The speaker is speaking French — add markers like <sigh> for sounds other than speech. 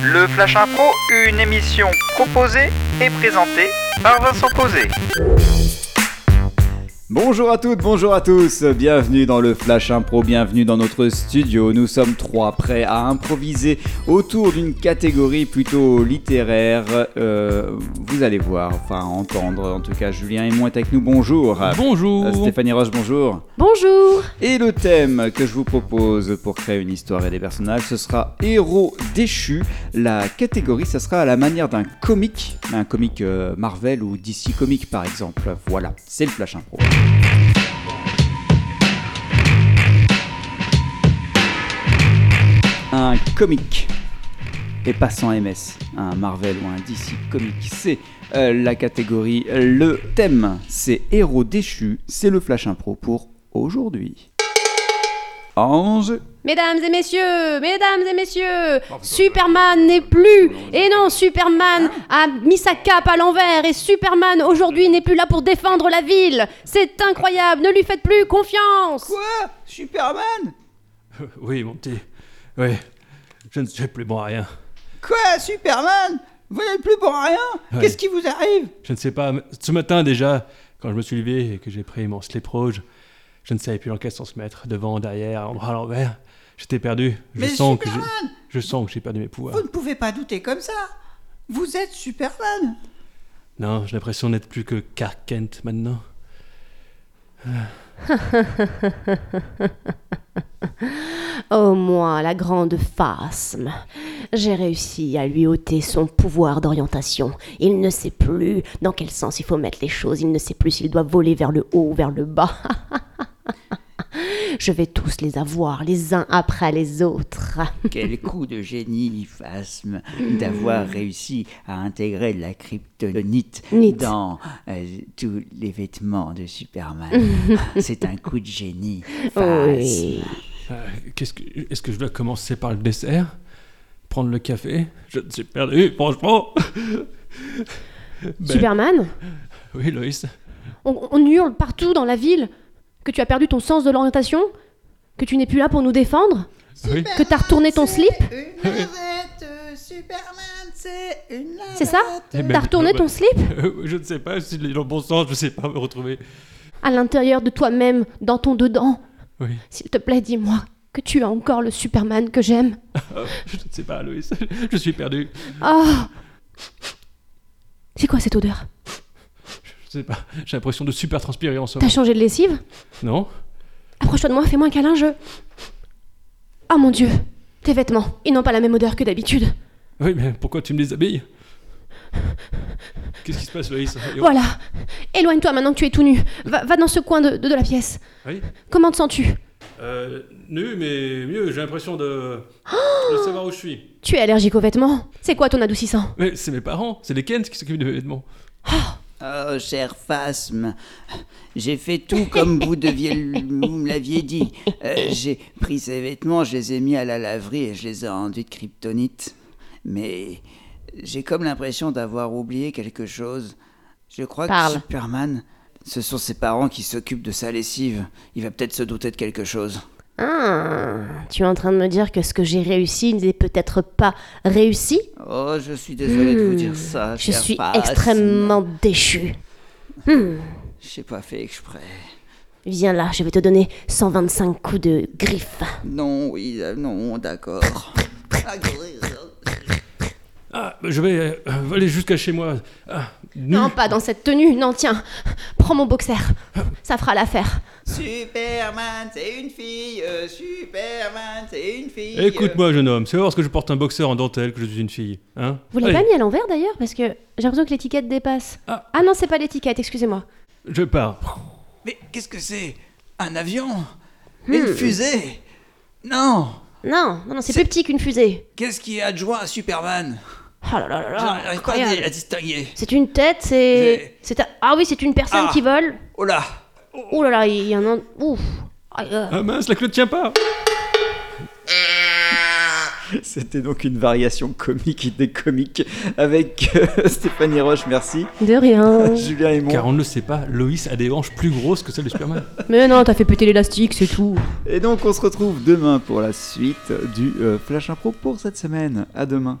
Le Flash Info, une émission proposée et présentée par Vincent Posé. Bonjour à toutes, bonjour à tous, bienvenue dans le Flash Impro, bienvenue dans notre studio. Nous sommes trois prêts à improviser autour d'une catégorie plutôt littéraire. Euh, vous allez voir, enfin entendre, en tout cas Julien Aymon est avec nous, bonjour. Bonjour. Euh, Stéphanie Roche, bonjour. Bonjour Et le thème que je vous propose pour créer une histoire et des personnages, ce sera héros déchus. La catégorie, ça sera à la manière d'un comique, un comique euh, Marvel ou DC Comics par exemple. Voilà, c'est le Flash Impro. Un comique et pas sans MS, un Marvel ou un DC Comics, c'est euh, la catégorie. Le thème, c'est héros déchus, c'est le Flash Impro pour aujourd'hui. Ange, Mesdames et messieurs, mesdames et Oh, messieurs, Superman n'est plus. Et non, Superman a mis sa cape à l'envers et Superman aujourd'hui n'est plus là pour défendre la ville. C'est incroyable, ne lui faites plus confiance. Superman Euh, <laughs> Oui, mon petit. Oui. Je ne suis plus bon à rien. Quoi, Superman Vous n'êtes plus pour rien Ouais. Qu'est-ce qui vous arrive Je ne sais pas. mais Ce matin déjà, quand je me suis levé et que j'ai pris mon slip rouge, je ne savais plus dans quel sens me mettre, devant, derrière, en bras à l'envers. J'étais perdu. Je Mais sens que Superman j'ai, je sens que j'ai perdu mes pouvoirs. Vous ne pouvez pas douter comme ça Vous êtes Superman Non, j'ai l'impression d'être plus que Clark Kent maintenant. Oh moi, la grande phasme. J'ai réussi à lui ôter son pouvoir d'orientation. Il ne sait plus dans quel sens il faut mettre les choses. Il ne sait plus s'il doit voler vers le haut ou vers le bas. <laughs> Je vais tous les avoir, les uns après les autres. Quel coup de génie, Phasme, d'avoir réussi à intégrer la kryptonite Nite. dans euh, tous les vêtements de Superman. <laughs> C'est un coup de génie, Phasme. Oui. Euh, qu'est-ce que, est-ce que je dois commencer par le dessert Prendre le café Je ne suis perdu, franchement. <laughs> Ben, Superman, Oui, Loïs. on, on hurle partout dans la ville que tu as perdu ton sens de l'orientation, que tu n'es plus là pour nous défendre, Oui. que t'as retourné ton slip. Une lavette, Superman, c'est une lavette C'est ça Eh ben, T'as retourné bah, ton slip Euh, je ne sais pas si dans le bon sens, je ne sais pas me retrouver. à l'intérieur de toi-même, dans ton dedans. Oui. S'il te plaît, dis-moi que tu as encore le Superman que j'aime. Euh, je ne sais pas, Loïs. <laughs> Je suis perdu. Oh C'est quoi cette odeur Je ne sais pas. J'ai l'impression de super transpirer en ce T'as moment. changé de lessive Non Approche-toi de moi, fais-moi un câlin, je... Oh mon dieu Tes vêtements, ils n'ont pas la même odeur que d'habitude. Oui, mais pourquoi tu me déshabilles Qu'est-ce qui se passe, Loïs Voyons. Voilà Éloigne-toi maintenant que tu es tout nu. Va, va dans ce coin de, de- de la pièce. Oui. Comment te sens-tu Euh, nu, mais mieux. J'ai l'impression de... de Oh savoir où je suis. Tu es allergique aux vêtements C'est quoi ton adoucissant Mais c'est mes parents. C'est les Kent qui s'occupent de mes vêtements. Oh, cher Phasme, j'ai fait tout comme vous, deviez, vous me l'aviez dit. Euh, j'ai pris ces vêtements, je les ai mis à la laverie et je les ai enduits de kryptonite. Mais j'ai comme l'impression d'avoir oublié quelque chose. Je crois Parle. que Superman, ce sont ses parents qui s'occupent de sa lessive. Il va peut-être se douter de quelque chose. Ah, tu es en train de me dire que ce que j'ai réussi n'est peut-être pas réussi Oh, je suis désolé de vous dire ça. Hmm. Je cher suis Phasme. extrêmement déchue. J'ai pas fait exprès. Viens là, je vais te donner 125 coups de griffe. Non, oui, euh, non, d'accord. Ah, je vais euh, voler jusqu'à chez moi. Ah, nu. Non, pas dans cette tenue, non, tiens. Prends mon boxer, ça fera l'affaire. Superman, c'est une fille euh, Superman, c'est une fille euh. Écoute-moi, jeune homme. C'est parce que je porte un boxeur en dentelle que je suis une fille. Hein Vous l'avez Allez. pas mis à l'envers d'ailleurs Parce que j'ai l'impression que l'étiquette dépasse. Ah. non, c'est pas l'étiquette, excusez-moi. Je pars. Mais qu'est-ce que c'est Un avion Une fusée Non Non, non, non, c'est plus petit qu'une fusée. Qu'est-ce qui est adjoint à Superman Oh là là là là, J'arrive pas à incroyable. di- à distinguer. C'est une tête, c'est. J'ai- c'est un- Ah oui, c'est une personne Ah. qui vole. Oh là Ouh là là, il y en a. Ouf. Ah, euh. Ah mince, la clé ne tient pas c'était donc une variation comique des comiques avec euh, <laughs> Stéphanie Roche, merci. De <laughs> rien. Julien Aymon. Car on ne le sait pas, Loïs a des hanches plus grosses que celles de Superman. Mais non, t'as fait péter l'élastique, c'est tout. Et donc on se retrouve demain pour la suite du euh, Flash Impro pour cette semaine. À demain.